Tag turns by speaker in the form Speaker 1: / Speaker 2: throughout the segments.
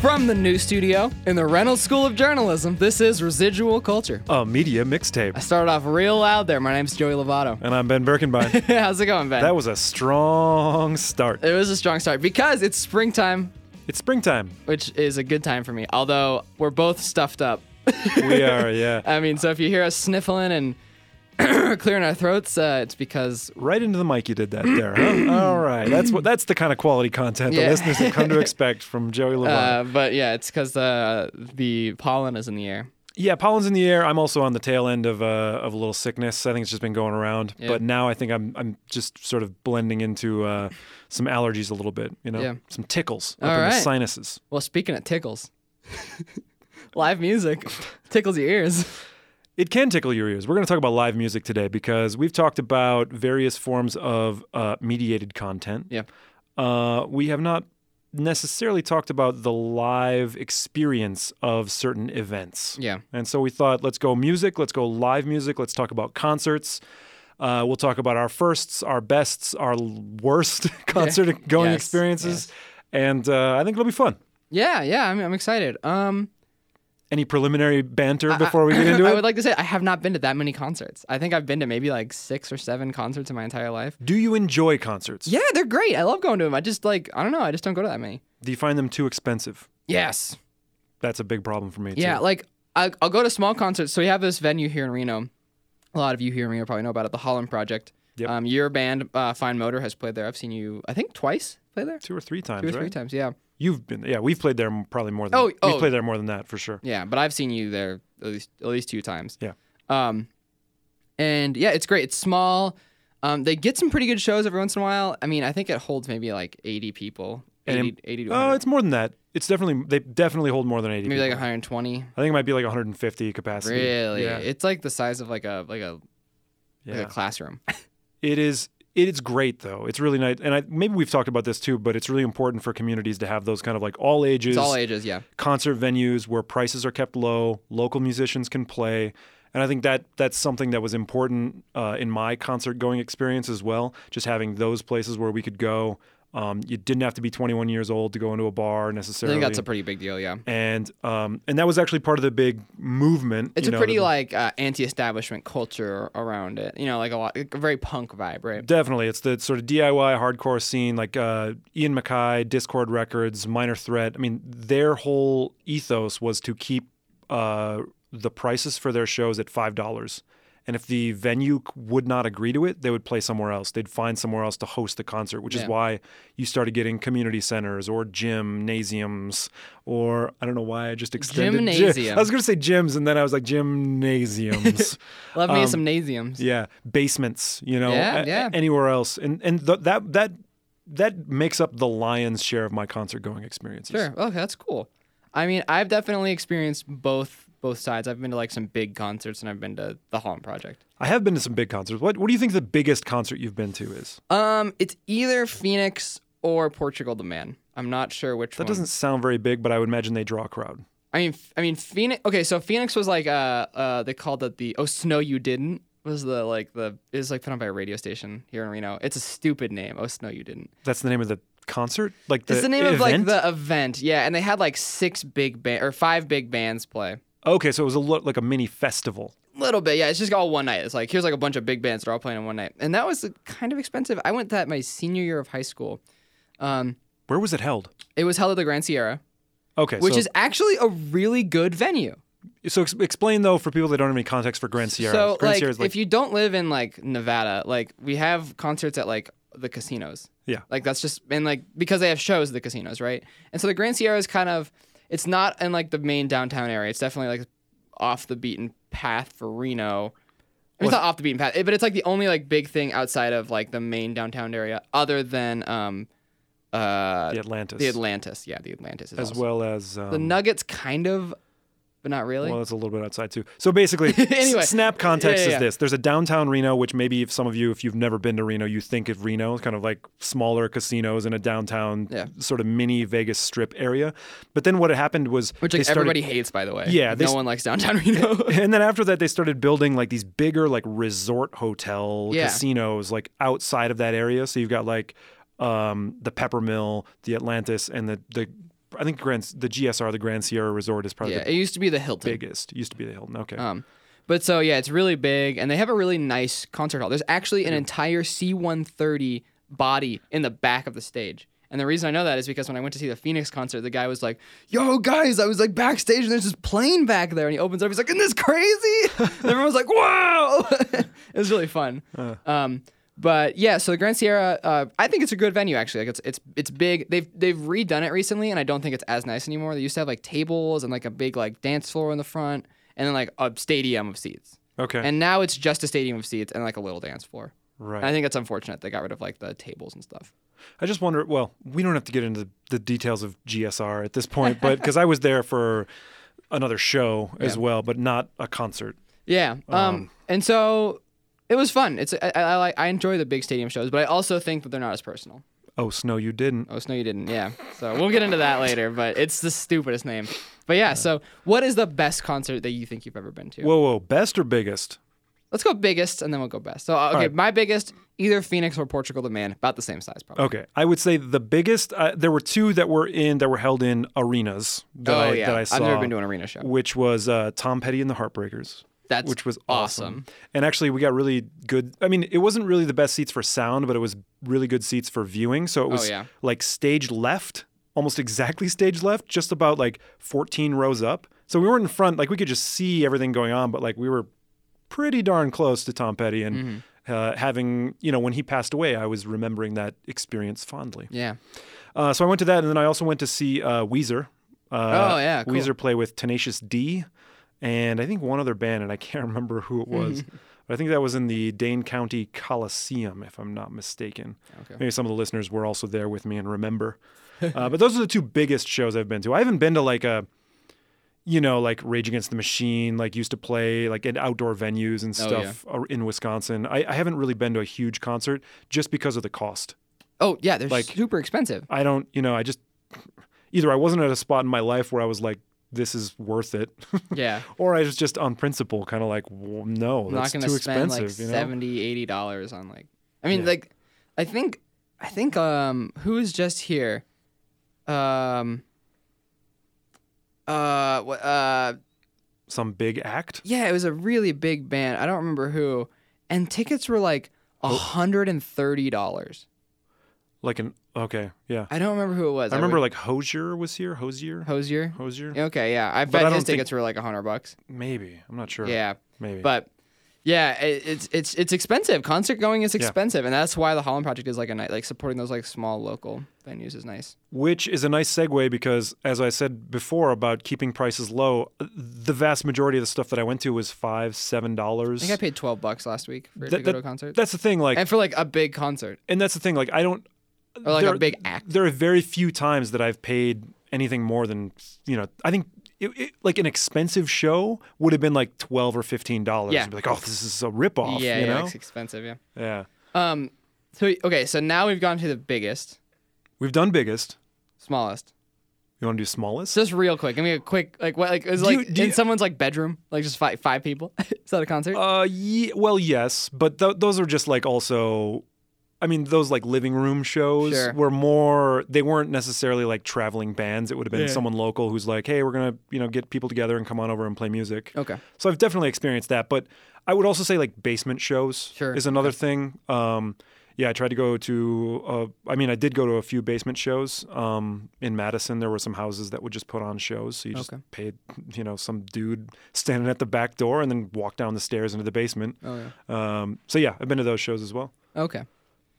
Speaker 1: From the new studio in the Reynolds School of Journalism, this is Residual Culture.
Speaker 2: a media
Speaker 1: I
Speaker 2: mixtape.
Speaker 1: started off real loud there. My name's Joey Lovato.
Speaker 2: And I'm Ben Birkenbein.
Speaker 1: How's it going, Ben?
Speaker 2: that was a strong start.
Speaker 1: it was a strong start because it's springtime,
Speaker 2: It's springtime.
Speaker 1: which is a good time for me. Although we're both stuffed up.
Speaker 2: We are, yeah.
Speaker 1: I mean, so if you hear us sniffling and clearing our throats, uh, it's because
Speaker 2: Right into the mic you did that there. Huh? All right. That's what that's the kind of quality content
Speaker 1: Yeah.
Speaker 2: the listeners have come to expect from Joey Levine.
Speaker 1: Uh, but yeah, it's because the the pollen is in the air.
Speaker 2: yeah, pollen's in the air. I'm also on the tail end of uh, of a little sickness. I think it's just been going around.
Speaker 1: Yeah.
Speaker 2: But now I think I'm I'm just sort of blending into uh, some allergies a little bit, you know.
Speaker 1: Yeah.
Speaker 2: Some tickles up
Speaker 1: All
Speaker 2: in the
Speaker 1: right.
Speaker 2: sinuses.
Speaker 1: Well, speaking of tickles, live music tickles your ears.
Speaker 2: It can tickle your ears. We're going to talk about live music today because we've talked about various forms of uh, mediated content.
Speaker 1: Yeah.
Speaker 2: Uh, we have not necessarily talked about the live experience of certain events.
Speaker 1: Yeah.
Speaker 2: And so we thought, let's go music, let's go live music, let's talk about concerts. Uh, we'll talk about our firsts, our bests, our worst concert going
Speaker 1: Yes,
Speaker 2: experiences. And uh, I think it'll be fun.
Speaker 1: Yeah, yeah, I'm, I'm excited. Um,
Speaker 2: Any preliminary banter before we get into
Speaker 1: I
Speaker 2: it?
Speaker 1: would like to say I have not been to that many concerts. I think I've been to maybe like six or seven concerts in my entire life.
Speaker 2: Do you enjoy concerts?
Speaker 1: Yeah, they're great. I love going to them. I just like I don't know. I just don't go to that many.
Speaker 2: Do you find them too expensive?
Speaker 1: Yes.
Speaker 2: That's a big problem for me.
Speaker 1: Yeah,
Speaker 2: too.
Speaker 1: like I, I'll go to small concerts. So we have this venue here in Reno. A lot of you here in Reno probably know about it, the Holland Project.
Speaker 2: Yep.
Speaker 1: Um, your band, uh, Fine Motor, has played there. I've seen you, I think, twice play there.
Speaker 2: two or three times,
Speaker 1: Two or
Speaker 2: right?
Speaker 1: three times, yeah.
Speaker 2: You've been, yeah, we've played there m- probably more than.
Speaker 1: Oh,
Speaker 2: we've
Speaker 1: oh.
Speaker 2: played there more than that for sure.
Speaker 1: Yeah, but I've seen you there at least at least two times.
Speaker 2: Yeah.
Speaker 1: Um, and yeah, it's great. It's small. Um, they get some pretty good shows every once in a while. I mean, I think it holds maybe like 80 people,
Speaker 2: And
Speaker 1: 80,
Speaker 2: in-
Speaker 1: 80 to
Speaker 2: Oh,
Speaker 1: 100,
Speaker 2: it's more than that. It's definitely they definitely hold more than eighty.
Speaker 1: maybe like
Speaker 2: people.
Speaker 1: 120.
Speaker 2: I think it might be like 150 capacity.
Speaker 1: Really,
Speaker 2: Yeah.
Speaker 1: it's like the size of like a like a like
Speaker 2: Yeah.
Speaker 1: a classroom.
Speaker 2: It is. It is great though. It's really nice, and I, maybe we've talked about this too. But it's really important for communities to have those kind of like all ages,
Speaker 1: It's all ages, yeah.
Speaker 2: concert venues where prices are kept low, local musicians can play. And I think that that's something that was important uh, in my concert going experience as well. Just having those places where we could go. Um, you didn't have to be 21 years old to go into a bar
Speaker 1: I
Speaker 2: necessarily.
Speaker 1: think that's a pretty big deal, yeah.
Speaker 2: and um, and that was actually part of the big movement.
Speaker 1: It's
Speaker 2: you
Speaker 1: a
Speaker 2: know,
Speaker 1: pretty
Speaker 2: that-
Speaker 1: like uh, anti-establishment culture around it. You know, like a lot, like a very punk vibe, right?
Speaker 2: Definitely, it's the sort of DIY hardcore scene, like uh, Ian Mackay, Discord Records, Minor Threat. I mean, their whole ethos was to keep uh, the prices for their shows at five dollars, and if the venue c- would not agree to it, they would play somewhere else. They'd find somewhere else to host the concert, which
Speaker 1: Yeah.
Speaker 2: is why you started getting community centers or gymnasiums, or I don't know why I just extended gy-
Speaker 1: Gymnasium.
Speaker 2: I was going to say gyms, and then I was like gymnasiums.
Speaker 1: Love
Speaker 2: Um,
Speaker 1: me some nasiums.
Speaker 2: Yeah, basements, you know,
Speaker 1: Yeah,
Speaker 2: a-
Speaker 1: yeah.
Speaker 2: anywhere else. And and th- that that that makes up the lion's share of my concert going experiences.
Speaker 1: Sure. Okay, that's cool. I mean, I've definitely experienced both both sides. I've been to like some big concerts, and I've been to the Holland Project.
Speaker 2: I have been to some big concerts. What what do you think the biggest concert you've been to is?
Speaker 1: Um, it's either Phoenix or Portugal the Man. I'm not sure which
Speaker 2: That
Speaker 1: one.
Speaker 2: doesn't sound very big, but I would imagine they draw a crowd.
Speaker 1: I mean, I mean Phoenix. Okay, so Phoenix was like uh uh they called it the Oh Snow You Didn't was the like the it was like put on by a radio station here in Reno. It's a stupid name. Oh Snow You Didn't.
Speaker 2: That's the name of the concert? Like the
Speaker 1: it's the name
Speaker 2: event?
Speaker 1: of like the event. Yeah, and they had like six big band or five big bands play.
Speaker 2: Okay, so it was a lo- like a mini festival.
Speaker 1: little bit, yeah. It's just all one night. It's like here's like a bunch of big bands that are all playing in one night, and that was like, kind of expensive. I went that my senior year of high school. Um,
Speaker 2: Where was it held?
Speaker 1: it was held at the Grand Sierra,
Speaker 2: Okay,
Speaker 1: which
Speaker 2: so,
Speaker 1: is actually a really good venue.
Speaker 2: so ex- explain though for people that don't have any context for Grand Sierra.
Speaker 1: So
Speaker 2: Grand
Speaker 1: like,
Speaker 2: Sierra is like
Speaker 1: if you don't live in like Nevada, like we have concerts at like the casinos.
Speaker 2: Yeah.
Speaker 1: Like that's just and like because they have shows at the casinos, right? And so the Grand Sierra is kind of it's not in like the main downtown area. It's definitely like off the beaten path for Reno. I mean, it's not off the beaten path, but it's like the only like big thing outside of like the main downtown area, other than um, uh,
Speaker 2: the Atlantis,
Speaker 1: the Atlantis. Yeah, the Atlantis is
Speaker 2: as
Speaker 1: also-
Speaker 2: well as um,
Speaker 1: The Nuggets, kind of, but not really.
Speaker 2: Well, that's a little bit outside too. So basically,
Speaker 1: Anyway.
Speaker 2: s- snap
Speaker 1: Yeah,
Speaker 2: context
Speaker 1: yeah, yeah.
Speaker 2: is this: there's a downtown Reno, which maybe if some of you, if you've never been to Reno, you think of Reno, kind of like smaller casinos in a downtown
Speaker 1: Yeah.
Speaker 2: sort of mini Vegas Strip area. But then what happened was
Speaker 1: Which
Speaker 2: they
Speaker 1: like,
Speaker 2: started-
Speaker 1: everybody hates, by the way.
Speaker 2: Yeah, they
Speaker 1: no
Speaker 2: s-
Speaker 1: one likes downtown Reno.
Speaker 2: and then after that, they started building like these bigger like resort hotel
Speaker 1: Yeah.
Speaker 2: casinos like outside of that area. So you've got like um, the Peppermill, the Atlantis, and the the I think Grand the GSR, the Grand Sierra Resort, is probably
Speaker 1: Yeah,
Speaker 2: the
Speaker 1: it used to be the Hilton.
Speaker 2: biggest. It used to be the Hilton. Okay.
Speaker 1: Um, but so yeah, it's really big, and they have a really nice concert hall. There's actually an entire C130 body in the back of the stage. And the reason I know that is because when I went to see the Phoenix concert, the guy was like, "Yo, guys, I was like backstage, and there's this plane back there." And he opens up, he's like, "Isn't this crazy?" and everyone's like, "Wow!" it was really fun.
Speaker 2: Uh.
Speaker 1: Um, but yeah, so the Grand Sierra, uh, I think it's a good venue actually. Like it's it's it's big. They've they've redone it recently, and I don't think it's as nice anymore. They used to have like tables and like a big like dance floor in the front, and then like a stadium of seats.
Speaker 2: okay.
Speaker 1: And now it's just a stadium of seats and like a little dance floor.
Speaker 2: right.
Speaker 1: And I think that's unfortunate. They got rid of like the tables and stuff.
Speaker 2: I just wonder. Well, we don't have to get into the, the details of GSR at this point, but because I was there for another show as well, but not a concert.
Speaker 1: Yeah. Um, and so it was fun. It's I, I like I enjoy the big stadium shows, but I also think that they're not as personal.
Speaker 2: Oh, Snow, you didn't.
Speaker 1: Oh, no, you didn't. Yeah. So we'll get into that later, but it's the stupidest name. But yeah, so what is the best concert that you think you've ever been to?
Speaker 2: Whoa, whoa. Best or biggest?
Speaker 1: Let's go biggest and then we'll go best. So, uh, okay,
Speaker 2: right.
Speaker 1: my biggest, either Phoenix or Portugal the Man, about the same size, probably.
Speaker 2: Okay, I would say the biggest. Uh, there were two that were in that were held in arenas that,
Speaker 1: oh,
Speaker 2: I,
Speaker 1: yeah.
Speaker 2: that I saw.
Speaker 1: have never been to an arena show.
Speaker 2: which was uh, Tom Petty and the Heartbreakers.
Speaker 1: That's
Speaker 2: which was
Speaker 1: awesome.
Speaker 2: And actually, we got really good. I mean, it wasn't really the best seats for sound, but it was really good seats for viewing. So it was
Speaker 1: Oh, yeah.
Speaker 2: like stage left, almost exactly stage left, just about like 14 rows up. So we weren't in front, like we could just see everything going on, but like we were pretty darn close to Tom Petty. And
Speaker 1: Mm-hmm.
Speaker 2: uh, having, you know, when he passed away, I was remembering that experience fondly.
Speaker 1: Yeah.
Speaker 2: Uh, so I went to that, and then I also went to see uh, Weezer. Uh,
Speaker 1: Oh, yeah, cool.
Speaker 2: Weezer play with Tenacious D, and I think one other band, and I can't remember who it was. but I think that was in the Dane County Coliseum, if I'm not mistaken.
Speaker 1: Okay.
Speaker 2: Maybe some of the listeners were also there with me and remember. uh, but those are the two biggest shows I've been to. I haven't been to like a, you know, like Rage Against the Machine, like used to play like in outdoor venues and
Speaker 1: Oh,
Speaker 2: stuff uh in Wisconsin. I, I haven't really been to a huge concert just because of the cost.
Speaker 1: Oh, yeah, they're
Speaker 2: Like-
Speaker 1: super expensive.
Speaker 2: I don't, you know, I just either I wasn't at a spot in my life where I was like, this is worth it,
Speaker 1: Yeah.
Speaker 2: or I was just on principle, kind of like, well, no,
Speaker 1: I'm not
Speaker 2: that's
Speaker 1: going
Speaker 2: too
Speaker 1: to spend like
Speaker 2: expensive. you know?
Speaker 1: seventy, eighty dollars on like. I mean,
Speaker 2: Yeah.
Speaker 1: like, I think, I think, um, who is just here, um, uh, wh- uh,
Speaker 2: Some big act.
Speaker 1: yeah, it was a really big band. I don't remember who, and tickets were like
Speaker 2: Oh.
Speaker 1: hundred and thirty dollars.
Speaker 2: Like an okay, yeah.
Speaker 1: I don't remember who it was.
Speaker 2: I remember
Speaker 1: would-
Speaker 2: like Hosier was here. Hosier,
Speaker 1: Hosier.
Speaker 2: Hosier,
Speaker 1: Okay, yeah, I bet
Speaker 2: But I
Speaker 1: his
Speaker 2: don't think-
Speaker 1: tickets were like hundred bucks.
Speaker 2: maybe. I'm not sure.
Speaker 1: Yeah,
Speaker 2: maybe.
Speaker 1: But yeah, it, it's it's it's expensive. Concert going is expensive, and that's why the Holland Project is like a night like supporting those like small local venues is nice.
Speaker 2: Which is a nice segue because, as I said before about keeping prices low, the vast majority of the stuff that I went to was five, seven dollars.
Speaker 1: I think I paid twelve bucks last week for to
Speaker 2: That-
Speaker 1: go
Speaker 2: that-
Speaker 1: to a concert,
Speaker 2: That's the thing. Like,
Speaker 1: and for like a big concert
Speaker 2: and that's the thing. Like, I don't.
Speaker 1: or like
Speaker 2: there-
Speaker 1: a big act.
Speaker 2: there are very few times that I've paid anything more than you know. I think it, it, like an expensive show would have been like twelve or fifteen dollars.
Speaker 1: Yeah.
Speaker 2: I'd be like, oh, this is a ripoff.
Speaker 1: yeah,
Speaker 2: you
Speaker 1: yeah,
Speaker 2: know?
Speaker 1: it's expensive. Yeah.
Speaker 2: yeah.
Speaker 1: Um. So okay, so now we've gone to the biggest,
Speaker 2: We've done biggest.
Speaker 1: smallest.
Speaker 2: You want to do smallest?
Speaker 1: Just real quick, give me a quick like what like is
Speaker 2: Do you-
Speaker 1: like
Speaker 2: do
Speaker 1: in
Speaker 2: you-
Speaker 1: someone's like bedroom, like just five five people. is that a concert?
Speaker 2: uh, ye- well, yes, but th- those are just like also. I mean, those like living room shows
Speaker 1: Sure.
Speaker 2: were more. They weren't necessarily like traveling bands. It would have been
Speaker 1: Yeah.
Speaker 2: someone local who's like, "Hey, we're gonna you know get people together and come on over and play music."
Speaker 1: okay.
Speaker 2: So I've definitely experienced that, but I would also say like basement shows
Speaker 1: Sure.
Speaker 2: is another thing. Um, yeah, I tried to go to. Uh, I mean, I did go to a few basement shows um, in Madison. There were some houses that would just put on shows, so you just
Speaker 1: Okay.
Speaker 2: paid, you know, some dude standing at the back door and then walk down the stairs into the basement.
Speaker 1: Oh yeah.
Speaker 2: Um, so yeah, I've been to those shows as well.
Speaker 1: Okay.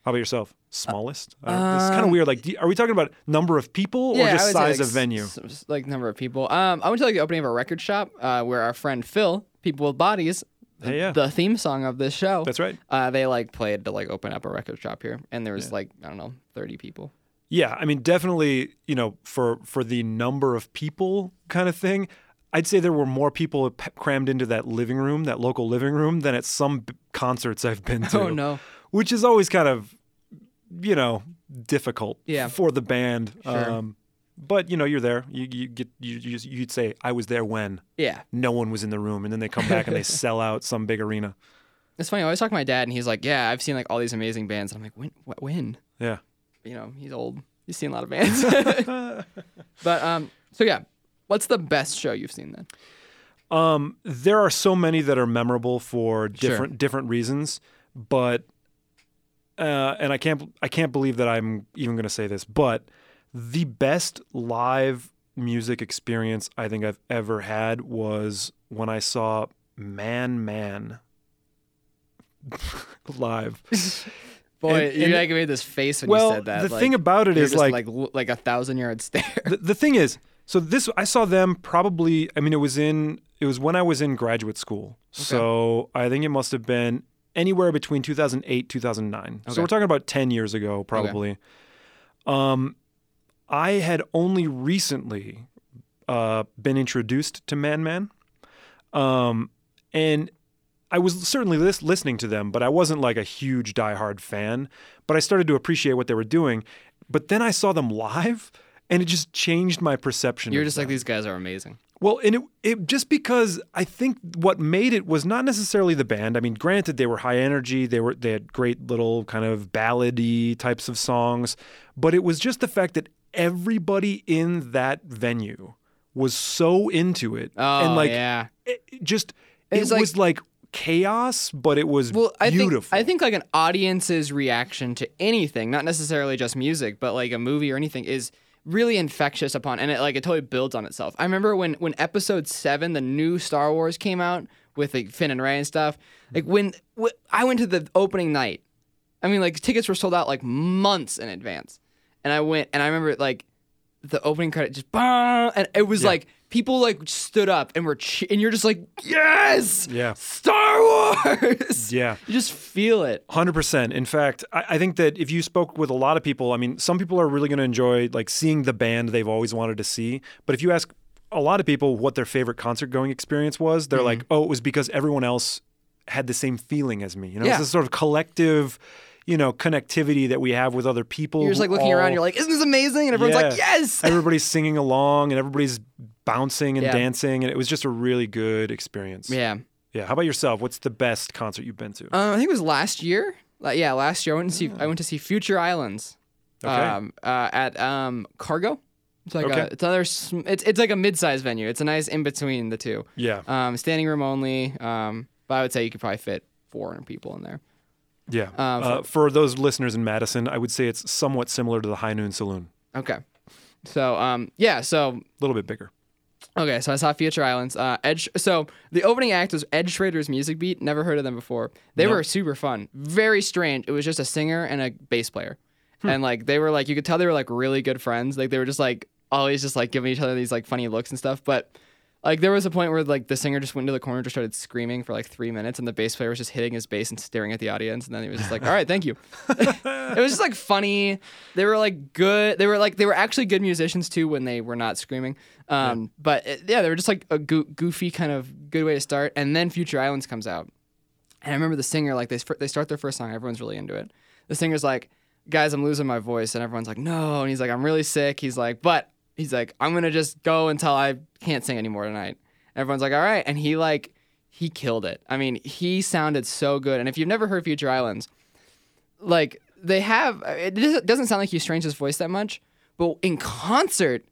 Speaker 2: How about yourself? Smallest? I don't- it's kind of weird. Like, do, are we talking about number of people or
Speaker 1: Um, I
Speaker 2: just
Speaker 1: would say,
Speaker 2: size
Speaker 1: like,
Speaker 2: of venue?
Speaker 1: s- s- like number of people. Um, I went to like the opening of a record shop uh, where our friend Phil, People with Bodies,
Speaker 2: Hey, yeah.
Speaker 1: the theme song of this show.
Speaker 2: That's right.
Speaker 1: Uh, they like played to like open up a record shop here, and there was like I don't know, thirty people.
Speaker 2: Yeah, I mean, definitely, you know, for for the number of people kind of thing, I'd say there were more people p- crammed into that living room, that local living room, than at some b- concerts I've been to.
Speaker 1: Oh no,
Speaker 2: Which is always kind of, you know, difficult.
Speaker 1: Yeah.
Speaker 2: For the band. um,
Speaker 1: Sure.
Speaker 2: but you know, you're there. You you get you, you just- you'd say I was there when
Speaker 1: yeah.
Speaker 2: no one was in the room, and then they come back and they sell out some big arena.
Speaker 1: It's funny. I always talk to my dad, and he's like, "Yeah, I've seen like all these amazing bands." And I'm like, "When? What, when?"
Speaker 2: Yeah.
Speaker 1: You know, he's old. You've seen a lot of bands. but um, so yeah, what's the best show you've seen then?
Speaker 2: Um, there are so many that are memorable for different different reasons, but uh, and I can't I can't believe that I'm even going to say this, but the best live music experience I think I've ever had was when I saw Man Man live.
Speaker 1: Boy,
Speaker 2: And-
Speaker 1: you
Speaker 2: and-
Speaker 1: like made this face when
Speaker 2: well,
Speaker 1: you said that.
Speaker 2: the
Speaker 1: like,
Speaker 2: thing about it
Speaker 1: you're
Speaker 2: is,
Speaker 1: just,
Speaker 2: like-
Speaker 1: like l- like a thousand yard stare.
Speaker 2: the, the thing is, so this I saw them probably. I mean, it was in it was when I was in graduate school. So I think it must have been anywhere between 2008 2009.
Speaker 1: Okay.
Speaker 2: So we're talking about 10 years ago, probably. Um, I had only recently uh, been introduced to Man Man, um, and I was certainly lis- listening to them, but I wasn't like a huge diehard fan. But I started to appreciate what they were doing. But then I saw them live, and it just changed my perception.
Speaker 1: You're
Speaker 2: of
Speaker 1: just like these guys are amazing.
Speaker 2: well, and it, it just because I think what made it was not necessarily the band. I mean, granted, they were high energy, they were they had great little kind of ballady types of songs, but it was just the fact that everybody in that venue was so into it,
Speaker 1: Oh
Speaker 2: and like
Speaker 1: yeah.
Speaker 2: it, it just it
Speaker 1: It's like-
Speaker 2: was like chaos, but it was
Speaker 1: Well, I
Speaker 2: beautiful.
Speaker 1: think I think like an audience's reaction to anything, not necessarily just music, but like a movie or anything, is really infectious upon, and it like it totally builds on itself. I remember when when Episode Seven, the new Star Wars, came out with like Finn and Ray and stuff. Like when wh- I went to the opening night, I mean like tickets were sold out like months in advance, and I went and I remember like the opening credit just bah, and it was like people like stood up and were che- and you're just like yes
Speaker 2: Yeah.
Speaker 1: Star Wars
Speaker 2: yeah.
Speaker 1: you just feel it.
Speaker 2: Hundred percent. In fact, I, I think that if you spoke with a lot of people, I mean, some people are really going to enjoy like seeing the band they've always wanted to see. But if you ask a lot of people what their favorite concert going experience was,
Speaker 1: Mm-hmm.
Speaker 2: they're like, "Oh, it was because everyone else had the same feeling as me." You know,
Speaker 1: Yeah.
Speaker 2: it's this sort of collective, you know, connectivity that we have with other people.
Speaker 1: You're just like looking around. You're like, "Isn't this amazing?" And everyone's like, "Yes."
Speaker 2: everybody's singing along and everybody's bouncing and
Speaker 1: Yeah.
Speaker 2: dancing, and it was just a really good experience.
Speaker 1: Yeah.
Speaker 2: Yeah. How about yourself? What's the best concert you've been to?
Speaker 1: Um, I think it was last year. Like, yeah, last year I went to see I went to see Future Islands.
Speaker 2: Okay.
Speaker 1: Um, uh, at um, Cargo. It's like a,
Speaker 2: Okay.
Speaker 1: it's another sm- it's it's like a mid-sized venue. It's a nice in between the two.
Speaker 2: yeah.
Speaker 1: Um, standing room only. Um, but I would say you could probably fit 400 people in there.
Speaker 2: Yeah. Uh,
Speaker 1: Uh,
Speaker 2: for, those listeners in Madison, I would say it's somewhat similar to the High Noon Saloon,
Speaker 1: Okay. So um, yeah. So
Speaker 2: a little bit bigger.
Speaker 1: Okay, so I saw Future Islands. Uh, Edge. So the opening act was Ed Schrader's Music Beat. Never heard of them before. They were super fun. Very strange. It was just a singer and a bass player, and like they were like you could tell they were like really good friends. Like they were just like always just like giving each other these like funny looks and stuff. But like there was a point where like the singer just went into the corner and just started screaming for like three minutes, and the bass player was just hitting his bass and staring at the audience, and then he was just like, "All right, thank you." it was just like funny. They were like good. They were like they were actually good musicians too when they were not screaming. Um, But it, yeah, they were just like a goo- goofy kind of good way to start. And then Future Islands comes out, and I remember the singer like they s- they start their first song. Everyone's really into it. The singer's like, "Guys, I'm losing my voice," and everyone's like, "No," and he's like, "I'm really sick." He's like, "But." He's like, I'm gonna just go until I can't sing anymore tonight. Everyone's like, all right. And he like he killed it. I mean, he sounded so good. And if you've never heard Future Islands, like they have it doesn't- doesn't sound like he strains his voice that much, but in concert,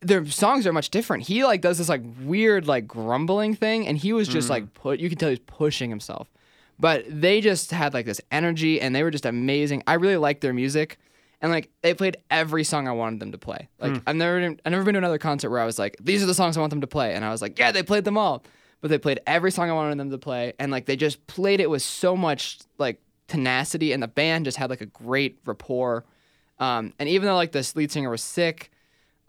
Speaker 1: their songs are much different. He like does this like weird like grumbling thing, and he was just like put. You can tell he's pushing himself, but they just had like this energy, and they were just amazing. I really liked their music, and like they played every song I wanted them to play. Like I've never been, I've never been to another concert where I was like, these are the songs I want them to play, and I was like, yeah, they played them all. But they played every song I wanted them to play, and like they just played it with so much like tenacity, and the band just had like a great rapport. Um, and even though like this lead singer was sick,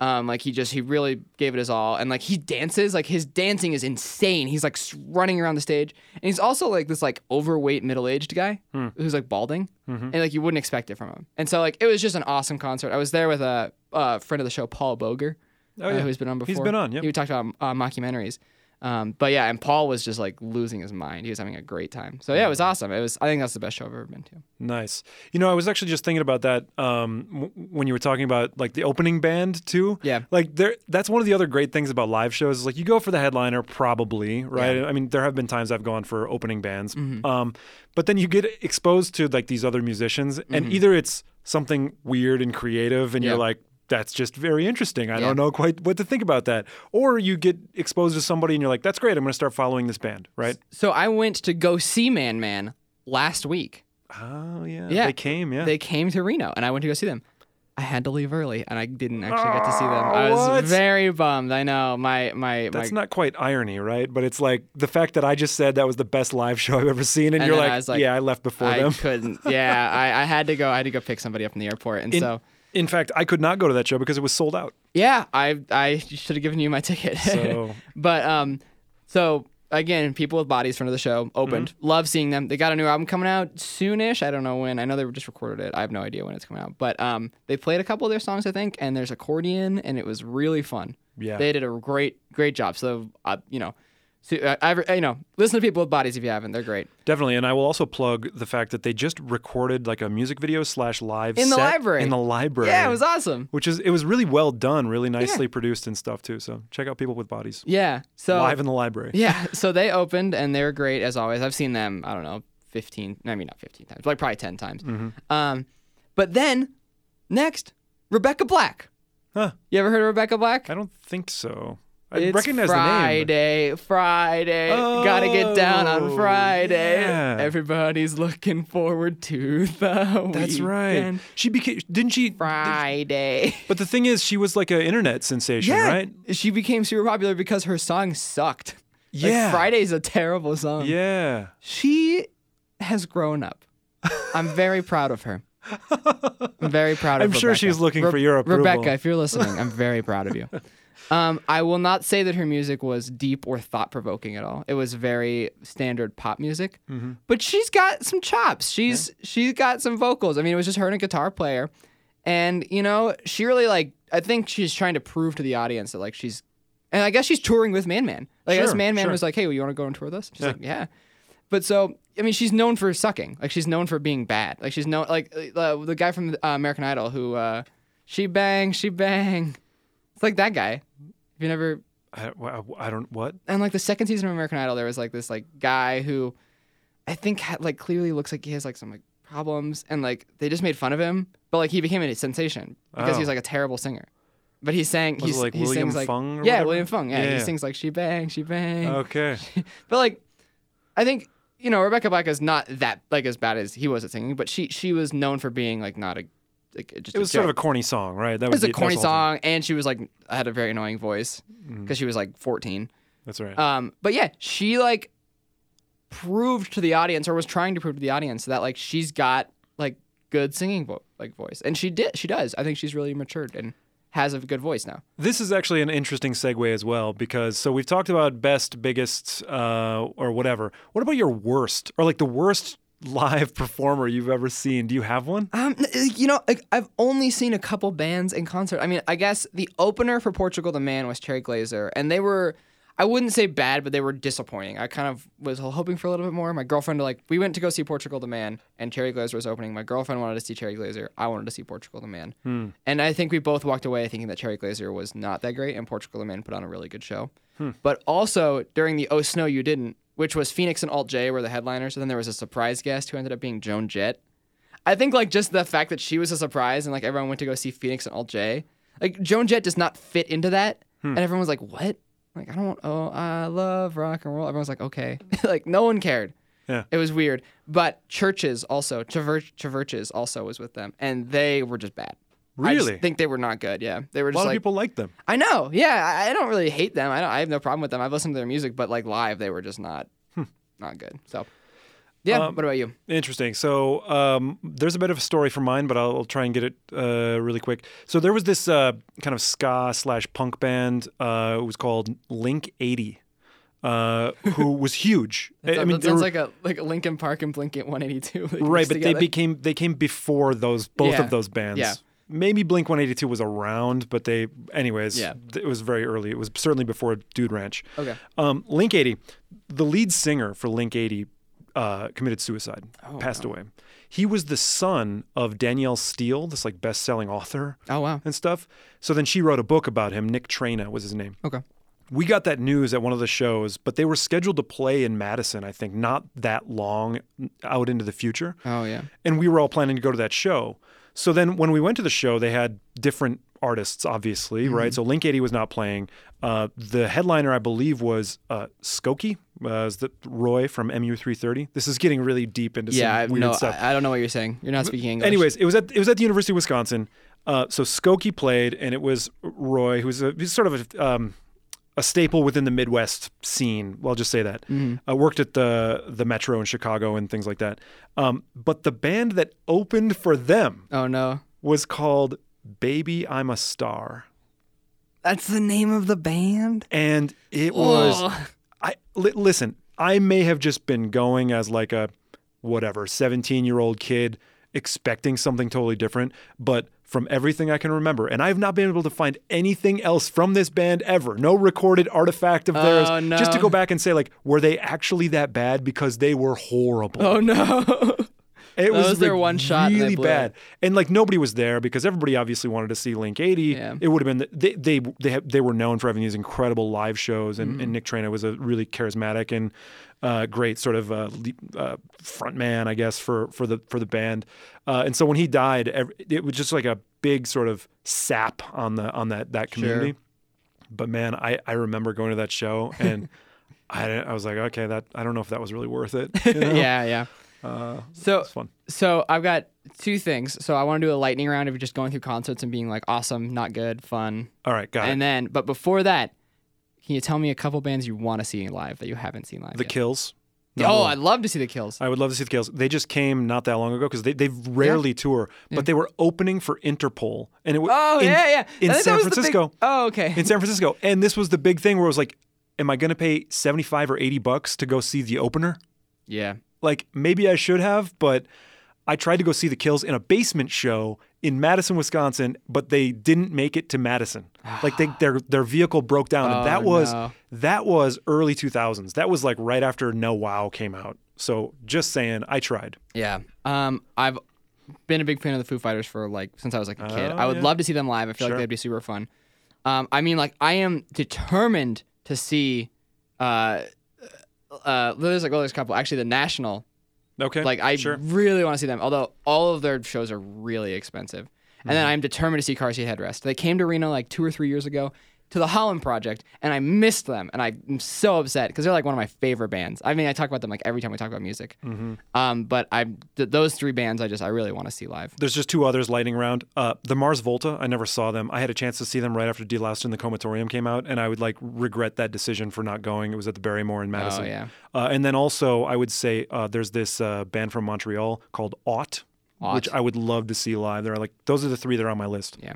Speaker 1: um, like he just he really gave it his all, and like he dances, like his dancing is insane. He's like s- running around the stage, and he's also like this like overweight middle aged guy
Speaker 2: Hmm.
Speaker 1: who's like balding,
Speaker 2: Mm-hmm.
Speaker 1: and like you wouldn't expect it from him. And so like it was just an awesome concert. I was there with a, uh friend of the show, Paul Boger,
Speaker 2: Oh,
Speaker 1: uh,
Speaker 2: yeah.
Speaker 1: who's been on before.
Speaker 2: been on, yep.
Speaker 1: He talked about uh, mockumentaries, um, but yeah, and Paul was just like losing his mind. He was having a great time. So yeah, it was
Speaker 2: Mm.
Speaker 1: awesome. It was I think that's the best show I've ever been to.
Speaker 2: Nice. You know, I was actually just thinking about that um, w- when you were talking about like the opening band too.
Speaker 1: Yeah.
Speaker 2: Like there, that's one of the other great things about live shows is like you go for the headliner probably, right? I mean, there have been times I've gone for
Speaker 1: Mm-hmm.
Speaker 2: opening bands, um, but then you get exposed to like these other musicians, and either it's something weird and creative,
Speaker 1: Mm-hmm.
Speaker 2: and
Speaker 1: Yeah.
Speaker 2: you're like, that's just very interesting. I
Speaker 1: Yeah.
Speaker 2: don't know quite what to think about that. Or you get exposed to somebody and you're like, that's great. I'm going to start following this band, right?
Speaker 1: So I went to go see Man Man last week.
Speaker 2: Oh, yeah.
Speaker 1: Yeah.
Speaker 2: They came, yeah.
Speaker 1: They came to Reno, and I went to go see them. I had to leave early, and I didn't actually get to see them. I was
Speaker 2: What?
Speaker 1: very bummed. I know my my
Speaker 2: that's
Speaker 1: my.
Speaker 2: not quite irony, right? But it's like the fact that I just said that was the best live show I've ever seen, and,
Speaker 1: And
Speaker 2: you're
Speaker 1: then
Speaker 2: like,
Speaker 1: I was like,
Speaker 2: yeah, I left before
Speaker 1: I
Speaker 2: them.
Speaker 1: couldn't. Yeah, I, I had to go. I had to go pick somebody up in the airport, and
Speaker 2: In,
Speaker 1: so
Speaker 2: in fact, I could not go to that show because it was sold out.
Speaker 1: yeah, I I should have given you my ticket.
Speaker 2: So-
Speaker 1: but um, so again, people with bodies front of the show opened.
Speaker 2: Mm-hmm.
Speaker 1: Love seeing them. They got a new album coming out soonish. I don't know when. I know they just recorded it. I have no idea when it's coming out. But um, they played a couple of their songs, I think, and there's accordion, and it was really fun.
Speaker 2: Yeah.
Speaker 1: they did a great great job. So uh, you know, so, uh, I, you know, listen to people with bodies if you haven't. They're great
Speaker 2: Definitely, and I will also plug the fact that they just recorded like a music video slash live
Speaker 1: in the
Speaker 2: set
Speaker 1: library.
Speaker 2: in the library.
Speaker 1: Yeah, it was awesome.
Speaker 2: which is it was really well done, really nicely produced and stuff too. So check out People with Bodies
Speaker 1: Yeah. So
Speaker 2: live in the library.
Speaker 1: Yeah, so they opened and they were great as always. I've seen them, I don't know, 15, I mean, not 15 times, like probably 10 times.
Speaker 2: Mm-hmm.
Speaker 1: Um, but then, next, Rebecca Black.
Speaker 2: Huh?
Speaker 1: You ever heard of Rebecca Black?
Speaker 2: I don't think so. I
Speaker 1: it's
Speaker 2: recognize the name.
Speaker 1: Friday, Friday. Gotta get down on
Speaker 2: Oh,
Speaker 1: Friday.
Speaker 2: yeah.
Speaker 1: Everybody's looking forward to the
Speaker 2: That's right.
Speaker 1: weekend.
Speaker 2: She became didn't she?
Speaker 1: Friday.
Speaker 2: But the thing is, she was like an internet sensation, right?
Speaker 1: She became super popular because her song sucked. Like,
Speaker 2: Yeah.
Speaker 1: Friday's a terrible song.
Speaker 2: Yeah.
Speaker 1: She has grown up. I'm very proud of her. I'm very proud of
Speaker 2: I'm sure
Speaker 1: Rebecca.
Speaker 2: she's looking for your approval.
Speaker 1: Rebecca, if you're listening, I'm very proud of you. Um, I will not say that her music was deep or thought provoking at all. It was very standard pop music,
Speaker 2: Mm-hmm.
Speaker 1: but she's got some chops. She's she's got some vocals. I mean, it was just her and a guitar player, and you know, she really like. I think she's trying to prove to the audience that like she's, and I guess she's touring with Man Man. Like, I guess
Speaker 2: Sure,
Speaker 1: Man Man
Speaker 2: sure.
Speaker 1: was like, "Hey, well, you want to go on tour with us?" She's like, "Yeah." But so, I mean, she's known for sucking. Like, she's known for being bad. Like, she's known, like, uh, the guy from uh, American Idol who, uh, she bang, she bang. It's like that guy. If you never,
Speaker 2: I, I, I don't what.
Speaker 1: and like the second season of American Idol, there was like this, like, guy who I think, had, like, clearly looks like he has, like, some, like, problems. And, like, they just made fun of him. But, like, he became a sensation because
Speaker 2: Oh.
Speaker 1: he was, like, a terrible singer. But he sang,
Speaker 2: Was it,
Speaker 1: he's,
Speaker 2: like,
Speaker 1: he
Speaker 2: William
Speaker 1: sings, like,
Speaker 2: Fung or
Speaker 1: yeah,
Speaker 2: whatever?
Speaker 1: William Fung. Yeah,
Speaker 2: Yeah.
Speaker 1: he sings, like, she bang, she bang.
Speaker 2: Okay.
Speaker 1: But like, I think you know Rebecca Black is not that like as bad as he was at singing, but she she was known for being like not a like just
Speaker 2: It was sort of a corny song, right? That
Speaker 1: it was a
Speaker 2: the- that
Speaker 1: corny
Speaker 2: the whole
Speaker 1: song,
Speaker 2: thing. Mm.
Speaker 1: and she was like had a very annoying voice because she was like 14.
Speaker 2: That's right.
Speaker 1: Um, but yeah, she like proved to the audience or was trying to prove to the audience that like she's got like good singing vo- like voice, and she did she does. I think she's really matured and has a good voice now.
Speaker 2: This is actually an interesting segue as well because so we've talked about best, biggest, uh, or whatever. What about your worst or like the worst live performer you've ever seen? Do you have one?
Speaker 1: Um, n- uh, you know, like, I've only seen a couple bands in concert. I mean, I guess the opener for Portugal the Man was Cherry Glazer, and they were, I wouldn't say bad, but they were disappointing. I kind of was hoping for a little bit more. My girlfriend, like, we went to go see Portugal the Man, and Cherry Glazer was opening. My girlfriend wanted to see Cherry Glazer. I wanted to see Portugal the Man, and I think we both walked away thinking that Cherry Glazer was not that great, and Portugal the Man put on a really good show. But also during the Oh Snow You Didn't, which was Phoenix and Alt J were the headliners, and then there was a surprise guest who ended up being Joan Jett. I think like just the fact that she was a surprise and like everyone went to go see Phoenix and Alt J. Like Joan Jett does not fit into that,
Speaker 2: Hmm.
Speaker 1: and everyone was like, "What?" Like I don't. want Oh, I love rock and roll. Everyone's like, "Okay." like no one cared.
Speaker 2: Yeah.
Speaker 1: It was weird. But churches also, Traver- Traverches also was with them, and they were just bad. I
Speaker 2: Really?
Speaker 1: just think they were not good. Yeah, they were
Speaker 2: A lot
Speaker 1: just
Speaker 2: of
Speaker 1: like.
Speaker 2: people like them.
Speaker 1: I know. Yeah, I, I don't really hate them. I don't. I have no problem with them. I've listened to their music, but like live, they were just not,
Speaker 2: Hmm.
Speaker 1: not good. So, yeah.
Speaker 2: Um,
Speaker 1: what about you?
Speaker 2: Interesting. So um, there's a bit of a story for mine, but I'll, I'll try and get it uh, really quick. So there was this uh, kind of ska slash punk band. Uh, it was called Link 80, uh, who was huge. I
Speaker 1: that,
Speaker 2: mean,
Speaker 1: that
Speaker 2: they were-
Speaker 1: sounds like a like a Linkin Park and Blink 182. like,
Speaker 2: right
Speaker 1: mixed
Speaker 2: but
Speaker 1: together.
Speaker 2: they became they came before those both
Speaker 1: Yeah.
Speaker 2: of those bands
Speaker 1: Yeah.
Speaker 2: maybe blink 182 was around but they anyways
Speaker 1: Yeah.
Speaker 2: th- it was very early it was certainly before dude ranch
Speaker 1: Okay.
Speaker 2: um, link 80 the lead singer for link 80 uh, committed suicide
Speaker 1: Oh,
Speaker 2: passed away he was the son of danielle steele this like best-selling author
Speaker 1: Oh wow.
Speaker 2: and stuff so then she wrote a book about him nick Traina was his name
Speaker 1: Okay.
Speaker 2: we got that news at one of the shows, but they were scheduled to play in Madison, I think, not that long out into the future
Speaker 1: Oh yeah.
Speaker 2: and we were all planning to go to that show. So then when we went to the show, they had different artists, obviously,
Speaker 1: Mm-hmm.
Speaker 2: right? So Link 80 was not playing. Uh, the headliner, I believe, was uh, Skokie, uh, is the Roy from MU330. This is getting really deep into
Speaker 1: Yeah, I,
Speaker 2: some weird
Speaker 1: no,
Speaker 2: stuff.
Speaker 1: I, I don't know what you're saying. You're not speaking English.
Speaker 2: Anyways, it was at it was at the University of Wisconsin. Uh, so Skokie played, and it was Roy, who's a he's sort of a, um, a staple within the Midwest scene. I'll just say that. Uh, worked at the the Metro in Chicago and things like that. Um, but the band that opened for them
Speaker 1: Oh no,
Speaker 2: was called Baby I'm a Star,
Speaker 1: that's the name of the band.
Speaker 2: and it was
Speaker 1: Oh.
Speaker 2: I li- listen. I may have just been going as like a whatever seventeen year old kid expecting something totally different, but from everything I can remember, and I have not been able to find anything else from this band ever. No recorded artifact of theirs.
Speaker 1: Oh, no.
Speaker 2: Just to go back and say like, were they actually that bad? Because they were horrible.
Speaker 1: Oh no.
Speaker 2: It
Speaker 1: That was their
Speaker 2: like,
Speaker 1: one shot and they
Speaker 2: Really
Speaker 1: blew it.
Speaker 2: bad, and like nobody was there because everybody obviously wanted to see Link eighty.
Speaker 1: Yeah.
Speaker 2: It would have been they they they, ha- they were known for having these incredible live shows, and,
Speaker 1: Mm-hmm.
Speaker 2: and Nick Traina was a really charismatic and uh, great sort of uh, le- uh, front man, I guess, for for the for the band. Uh, and so when he died, ev- it was just like a big sort of sap on the on that that community. But man, I I remember going to that show and. I, I was like, okay, that I don't know if that was really worth it. you know?
Speaker 1: yeah, Uh, yeah. so
Speaker 2: It's fun.
Speaker 1: so I've got two things. So I want to do a lightning round of just going through concerts and being like awesome, not good, fun,
Speaker 2: All right, got it.
Speaker 1: and then but before that, can you tell me a couple bands you want to see live that you haven't seen live?
Speaker 2: The
Speaker 1: yet?
Speaker 2: Kills.
Speaker 1: oh,
Speaker 2: Number one.
Speaker 1: I'd love to see the Kills.
Speaker 2: I would love to see the Kills. They just came not that long ago because they they rarely tour, but they were opening for Interpol, and it was
Speaker 1: Oh
Speaker 2: in,
Speaker 1: yeah, yeah.
Speaker 2: in
Speaker 1: I think
Speaker 2: San
Speaker 1: that was the big-
Speaker 2: Francisco.
Speaker 1: oh okay.
Speaker 2: In San Francisco, and this was the big thing where it was like, am I going to pay seventy five or eighty bucks to go see the opener?
Speaker 1: yeah.
Speaker 2: Like maybe I should have, but I tried to go see the Kills in a basement show in Madison, Wisconsin, but they didn't make it to Madison. Like they, their their vehicle broke down, and that
Speaker 1: Oh,
Speaker 2: was
Speaker 1: no.
Speaker 2: that was early two thousands. That was like right after No Wow came out. So just saying, I tried.
Speaker 1: Yeah. Um, I've been a big fan of the Foo Fighters for like since I was like a kid.
Speaker 2: Oh,
Speaker 1: I would
Speaker 2: yeah.
Speaker 1: love to see them live. I feel
Speaker 2: Sure.
Speaker 1: like that'd be super fun. Um, I mean, like I am determined to see. Uh, uh, there's like well, there's a couple actually. The National,
Speaker 2: Okay.
Speaker 1: like I
Speaker 2: sure.
Speaker 1: really want to see them. Although all of their shows are really expensive, and then I'm determined to see Car Seat Headrest. They came to Reno like two or three years ago to the Holland Project, and I missed them, and I'm so upset because they're like one of my favorite bands. I mean, I talk about them like every time we talk about music. Um, but I th- those three bands, I just I really want to see live.
Speaker 2: There's just two others lightning round. Uh, the Mars Volta, I never saw them. I had a chance to see them right after D Loust and the Comatorium came out, and I would like regret that decision for not going. It was at the Barrymore in Madison.
Speaker 1: Oh, yeah.
Speaker 2: Uh, and then also, I would say uh, there's this uh, band from Montreal called Ought, which I would love to see live. They're like those are the three that are on my list.
Speaker 1: Yeah.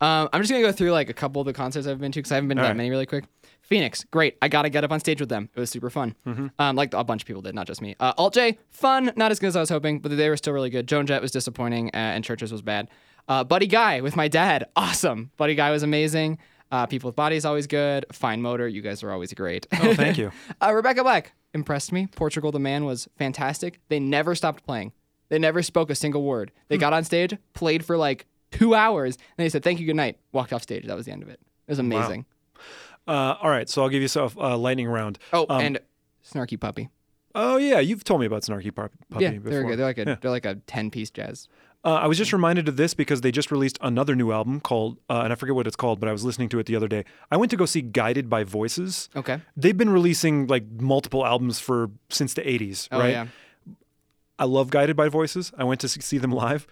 Speaker 1: Um, I'm just gonna go through like a couple of the concerts I've been to because I haven't been to that
Speaker 2: right.
Speaker 1: many really quick. Phoenix, great. I gotta get up on stage with them. It was super fun.
Speaker 2: Mm-hmm.
Speaker 1: Um, like a bunch of people did, not just me. Uh, Alt J, fun. Not as good as I was hoping, but they were still really good. Joan Jett was disappointing, uh, and Churches was bad. Uh, Buddy Guy with my dad, awesome. Buddy Guy was amazing. Uh, people with Body is always good. Fine Motor, you guys are always great.
Speaker 2: Oh, thank you.
Speaker 1: Uh, Rebecca Black impressed me. Portugal the Man was fantastic. They never stopped playing. They never spoke a single word. They got on stage, played for like two hours, and they said, "Thank you, good night." Walked off stage. That was the end of it. It was amazing.
Speaker 2: Uh, all right, so I'll give you a uh, lightning round. Um,
Speaker 1: Oh, and Snarky Puppy.
Speaker 2: Oh yeah, you've told me about Snarky Pup- Puppy
Speaker 1: Yeah,
Speaker 2: before.
Speaker 1: they're good. They're like a they're like a ten piece jazz.
Speaker 2: Uh, I was just reminded of this because they just released another new album called, uh, and I forget what it's called, but I was listening to it the other day. I went to go see Guided by Voices.
Speaker 1: Okay.
Speaker 2: They've been releasing like multiple albums for since the 80s,
Speaker 1: Oh
Speaker 2: right?
Speaker 1: yeah.
Speaker 2: I love Guided by Voices. I went to see them live.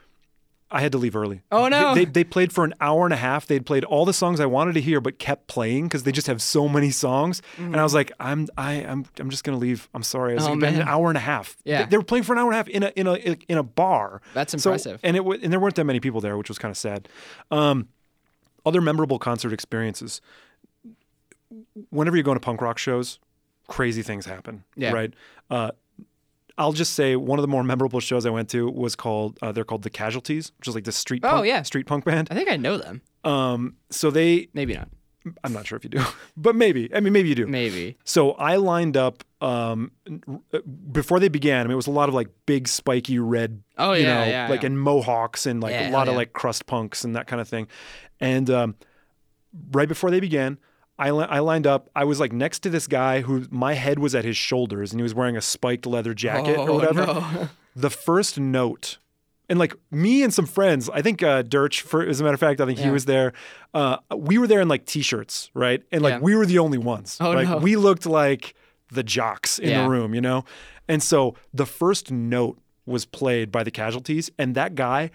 Speaker 2: I had to leave early.
Speaker 1: Oh, no.
Speaker 2: They, they, they played for an hour and a half. They'd played all the songs I wanted to hear, but kept playing because they just have so many songs. And I was like, I'm I I'm I'm just gonna leave. I'm sorry. It's
Speaker 1: Mm. Oh,
Speaker 2: like, been an
Speaker 1: man.
Speaker 2: hour and a half.
Speaker 1: Yeah.
Speaker 2: They, they were playing for an hour and a half in a in a in a bar.
Speaker 1: That's
Speaker 2: So-
Speaker 1: impressive.
Speaker 2: and it wa- and there weren't that many people there, which was kind of sad. Um, other memorable concert experiences. Whenever you're going to punk rock shows, crazy things happen.
Speaker 1: Yeah.
Speaker 2: Right. Uh, I'll just say one of the more memorable shows I went to was called uh, they're called the Casualties, which is like the street
Speaker 1: Oh,
Speaker 2: punk,
Speaker 1: yeah.
Speaker 2: street punk band.
Speaker 1: I think I know them.
Speaker 2: Um, so they
Speaker 1: Maybe not.
Speaker 2: I'm not sure if you do, but maybe I mean maybe you do.
Speaker 1: Maybe.
Speaker 2: So I lined up um, r- before they began. I mean, it was a lot of like big, spiky red,
Speaker 1: Oh,
Speaker 2: you
Speaker 1: yeah,
Speaker 2: know,
Speaker 1: yeah,
Speaker 2: like
Speaker 1: yeah.
Speaker 2: and mohawks and like
Speaker 1: Yeah,
Speaker 2: a lot
Speaker 1: oh,
Speaker 2: of
Speaker 1: yeah.
Speaker 2: like crust punks and that kind of thing. And um, right before they began, I, li- I lined up. I was like next to this guy who my head was at his shoulders and he was wearing a spiked leather jacket
Speaker 1: Oh,
Speaker 2: or whatever.
Speaker 1: no.
Speaker 2: The first note And like me and some friends, I think uh, Dirch, for, as a matter of fact, I think he
Speaker 1: Yeah.
Speaker 2: was there. Uh, we were there in like t-shirts, right? And like
Speaker 1: Yeah.
Speaker 2: we were the only ones.
Speaker 1: Oh,
Speaker 2: like
Speaker 1: no.
Speaker 2: we looked like the jocks in
Speaker 1: Yeah.
Speaker 2: the room, you know. And so the first note was played by the casualties, and that guy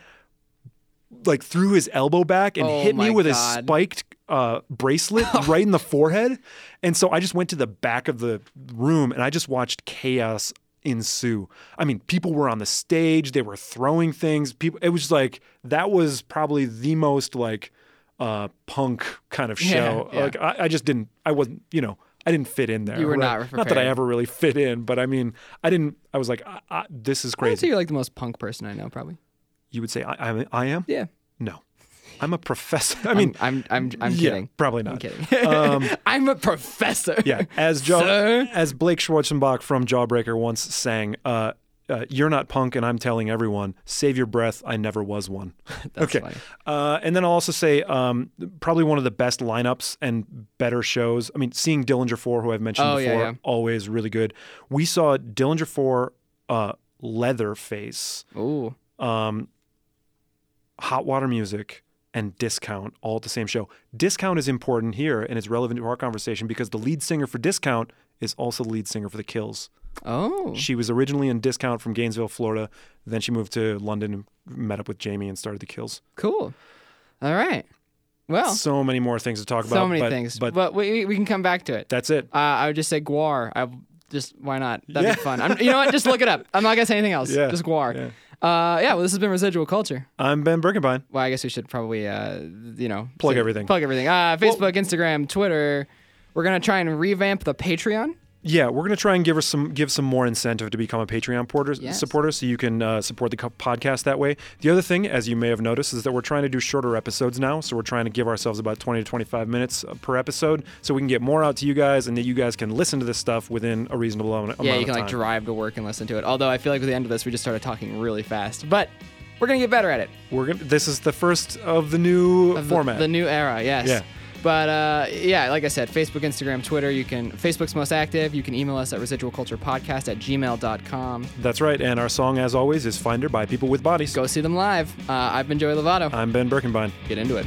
Speaker 2: like threw his elbow back and
Speaker 1: Oh
Speaker 2: hit me
Speaker 1: my
Speaker 2: with his
Speaker 1: God.
Speaker 2: spiked uh, bracelet right in the forehead. And so I just went to the back of the room and I just watched chaos ensue. I mean, people were on the stage, they were throwing things. People, it was like that was probably the most like uh, punk kind of show.
Speaker 1: Yeah, yeah.
Speaker 2: Like I, I just didn't, I wasn't, you know. I didn't fit in there.
Speaker 1: You were not
Speaker 2: Not that I
Speaker 1: prepared.
Speaker 2: ever really fit in, but I mean, I didn't. I was like, I, I, this is
Speaker 1: I'd say
Speaker 2: crazy.
Speaker 1: you're like the most punk person I know, probably.
Speaker 2: You would say I, I, I am.
Speaker 1: Yeah.
Speaker 2: No, I'm a professor. I mean,
Speaker 1: I'm I'm I'm, I'm
Speaker 2: yeah,
Speaker 1: kidding.
Speaker 2: Probably not.
Speaker 1: I'm kidding. I'm a professor.
Speaker 2: Yeah, as Jaw,
Speaker 1: Sir?
Speaker 2: as Blake Schwarzenbach from Jawbreaker once sang, uh, uh, "You're not punk, and I'm telling everyone, save your breath. I never was one."
Speaker 1: That's
Speaker 2: okay,
Speaker 1: funny.
Speaker 2: Uh, and then I'll also say um, probably one of the best lineups and better shows. I mean, seeing Dillinger Four, who I've mentioned
Speaker 1: Oh, yeah,
Speaker 2: before,
Speaker 1: yeah.
Speaker 2: always really good. We saw Dillinger Four, uh, Leatherface,
Speaker 1: Ooh.
Speaker 2: um, Hot Water Music, and Discount all at the same show. Discount is important here and it's relevant to our conversation because the lead singer for Discount is also the lead singer for The Kills.
Speaker 1: Oh.
Speaker 2: She was originally in Discount from Gainesville, Florida. Then she moved to London and met up with Jamie and started The Kills.
Speaker 1: Cool. All right. Well, Oh. so,
Speaker 2: So many more things to talk about.
Speaker 1: many
Speaker 2: but,
Speaker 1: things,
Speaker 2: But
Speaker 1: but, we we- we can come back to it.
Speaker 2: that's it.
Speaker 1: Uh, I would just say Guar. I just why not? That'd
Speaker 2: Yeah.
Speaker 1: be fun. I'm, you know what? Just look it up. I'm not gonna say anything else.
Speaker 2: Yeah,
Speaker 1: Just Guar.
Speaker 2: yeah.
Speaker 1: Uh, yeah. Well, this has been residual culture.
Speaker 2: I'm Ben Birkenbein.
Speaker 1: Well, I guess we should probably uh, you know
Speaker 2: Plug
Speaker 1: say-
Speaker 2: everything.
Speaker 1: Plug everything. Uh, Facebook, Instagram, Twitter. We're gonna try and revamp the Patreon.
Speaker 2: Yeah, we're gonna try and give her some give some more incentive to become a Patreon porter,
Speaker 1: Yes.
Speaker 2: supporter, so you can uh, support the co- podcast that way. The other thing, as you may have noticed, is that we're trying to do shorter episodes now, so we're trying to give ourselves about twenty to twenty five minutes uh, per episode, so we can get more out to you guys, and that you guys can listen to this stuff within a reasonable amount,
Speaker 1: yeah,
Speaker 2: amount
Speaker 1: you can
Speaker 2: of
Speaker 1: like
Speaker 2: time.
Speaker 1: drive to work and listen to it. Although I feel like at the end of this, we just started talking really fast. But we're gonna get better at it.
Speaker 2: we're gonna. This is the first of the new
Speaker 1: the-
Speaker 2: format.
Speaker 1: The new era, yes.
Speaker 2: Yeah.
Speaker 1: But uh, yeah, like I said, Facebook, Instagram, Twitter. You can Facebook's most active. You can email us at residualculturepodcast at gmail.com.
Speaker 2: That's right, and our song, as always, is "Finder" by People with Bodies.
Speaker 1: Go see them live. Uh, I've been Joey Lovato.
Speaker 2: I'm Ben Birkenbein.
Speaker 1: Get into it.